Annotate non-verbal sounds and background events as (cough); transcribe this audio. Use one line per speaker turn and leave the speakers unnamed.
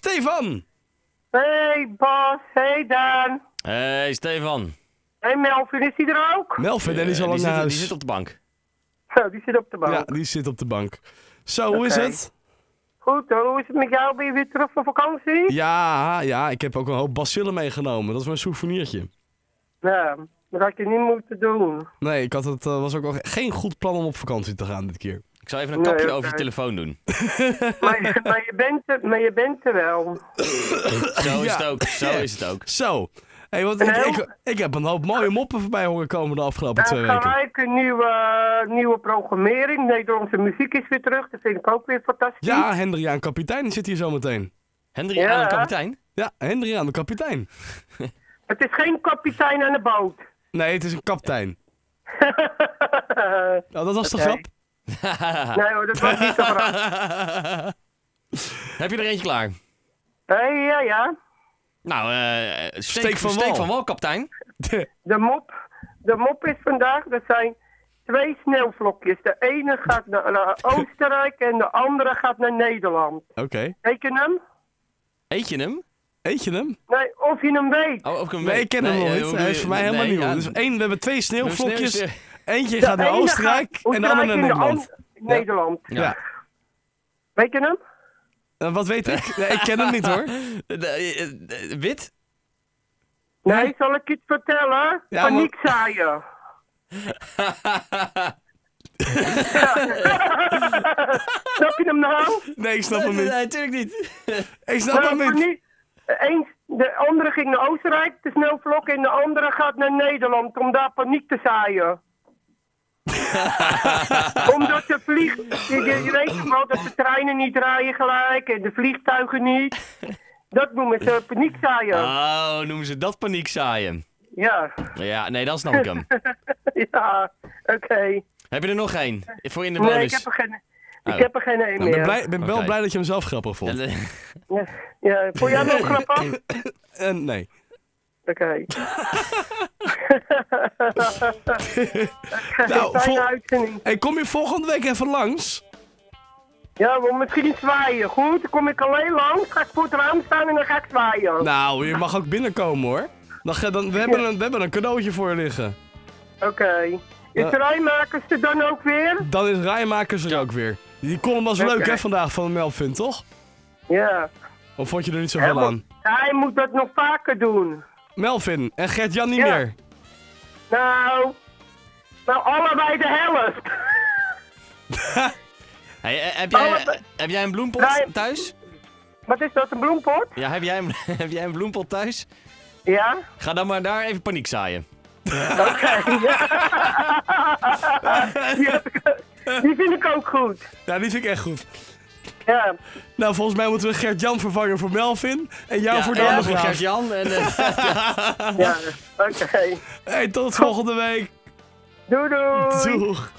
Stefan.
Hey Bas, hey Daan.
hey, Stefan.
Hey Melvin, is die er ook?
Melvin, en
Eh,
die is al
die,
lang
zit,
naar
die
huis.
zit op de bank.
Zo, die zit op de bank.
Ja, die zit op de bank. Zo, hoe is
Oké.
het?
Goed, hoe is het met jou? Ben je weer terug van vakantie?
Ja, ja, ik heb ook een hoop bacillen meegenomen. Dat is mijn souvenirtje.
Ja, dat had je niet moeten doen.
Nee, ik had het, eh, was ook al geen goed plan om op vakantie te gaan dit keer.
Ik zal even een
Nee,
kapje
oké.
over je telefoon doen.
Maar, je- maar, je, bent er, maar je bent er wel.
Zo is
(laughs) Ja.
het ook. Zo is het ook.
Zo. Hey, want ik,
Nou.
ik, ik heb een hoop mooie moppen voorbij horen komen de afgelopen
En
twee weken.
gelijk een nieuwe, nieuwe programmering. Nederlandse muziek is weer terug. Dat vind ik ook weer fantastisch.
Ja, Hendriaan Kapitein zit hier zometeen.
Hendrik
Ja.
aan de kapitein.
Ja, Hendriaan de Kapitein.
Het is geen kapitein aan de boot. (laughs)
Nee, het is een kaptein. Nou, dat was de
Oké.
grap. (laughs) Ah.
nee hoor, dat was niet te grappig.
Heb je er eentje klaar?
Hey, ja, ja.
Nou, eh steek,
Steek van
steek
wal.
van wal, kapitein.
De mop, de mop is vandaag, dat zijn twee sneeuwvlokjes. De ene gaat naar, naar Oostenrijk en de andere gaat naar Nederland.
Oké.
Weet je hem?
Eet je hem?
Eet je hem?
Nee, of je hem weet.
Oh, ook een
Nee, ik ken hem nog
eh,
niet.
hoe
Hij
doe
is voor
je-
mij helemaal
nee,
nieuw.
ja,
Dus één, we hebben twee sneeuwvlokjes.
sneeuw-
Eentje gaat naar
ene
Oostenrijk
gaat
en de andere naar
Oostenrijk en
Nederland.
an- Nederland.
Ja.
Weet je hem?
Eh, wat weet ik? Nee, ik ken hem niet hoor.
eh, eh, eh, eh, Wit?
Nee, zal ik iets vertellen?
Ja,
Paniek
(laughs)
zaaien. (laughs) Snap je hem nou?
Nee, ik snap hem niet.
Nee, natuurlijk niet.
Ik snap hem
Nou,
niet.
paniek- Eens, de andere ging naar Oostenrijk, de sneeuwvlok, en de andere gaat naar Nederland om daar paniek te
(laughs)
zaaien. Omdat de vlieg... Je, je- je weet toch wel dat de treinen niet rijden gelijk en de vliegtuigen niet. Dat noemen ze paniek zaaien.
Ah.
Oh, noemen ze dat paniekzaaien.
Ja, (laughs)
Ja, nee, dan snap ik hem.
ja, oké.
Heb je er nog één? Voor in de
Nee, ik
dus-
bonus.
heb er geen...
Oh.
Ik heb er geen één
Ik ben,
meer.
Ah. Nou, blij, ben wel
Oké.
blij dat je hem zelf grappig vond.
Eh,
Ja, ja,
(laughs)
vond jij hem ook grappig? Oké.
Eh, nee. Nou,
Fijne
vol-
uitzending.
Hey, kom je volgende week even langs?
Ja, maar misschien zwaaien. Goed, dan kom ik alleen langs, ga ik voor het raam staan en dan ga ik zwaaien.
Nou, je mag ook binnenkomen hoor. Dan, ga- dan, we, hebben een, we hebben een cadeautje voor je liggen.
Oké. Is
Ja.
rijmakers er dan ook weer?
Dan is Rijmakers er ook weer. Die column was
Oké.
leuk hè vandaag van Melvin, toch?
Ja.
Of vond je er niet zoveel
Hij
aan?
moet- Hij moet dat nog vaker doen.
Melvin en Gert-Jan niet
Ja.
meer.
Nou, nou allebei de helft.
(laughs)
(laughs)
Hey, eh, heb, jij,
Alle-
eh, heb jij een bloempot
Oh, Nee.
thuis?
Wat is dat, een bloempot?
Ja, heb jij, een, (laughs) heb jij een bloempot thuis?
Ja?
Ga dan maar daar even paniekzaaien.
Die, heb ik- die vind ik ook goed.
Ja, die vind ik echt goed.
Ja.
Nou, volgens mij moeten we Gert-Jan vervangen voor Melvin. En jou Oh, voor de
en
andere
voor
graaf.
Gert-Jan. En, eh,
Ja. Oké.
(laughs) Hey, tot volgende week.
Doei doei.
Doeg.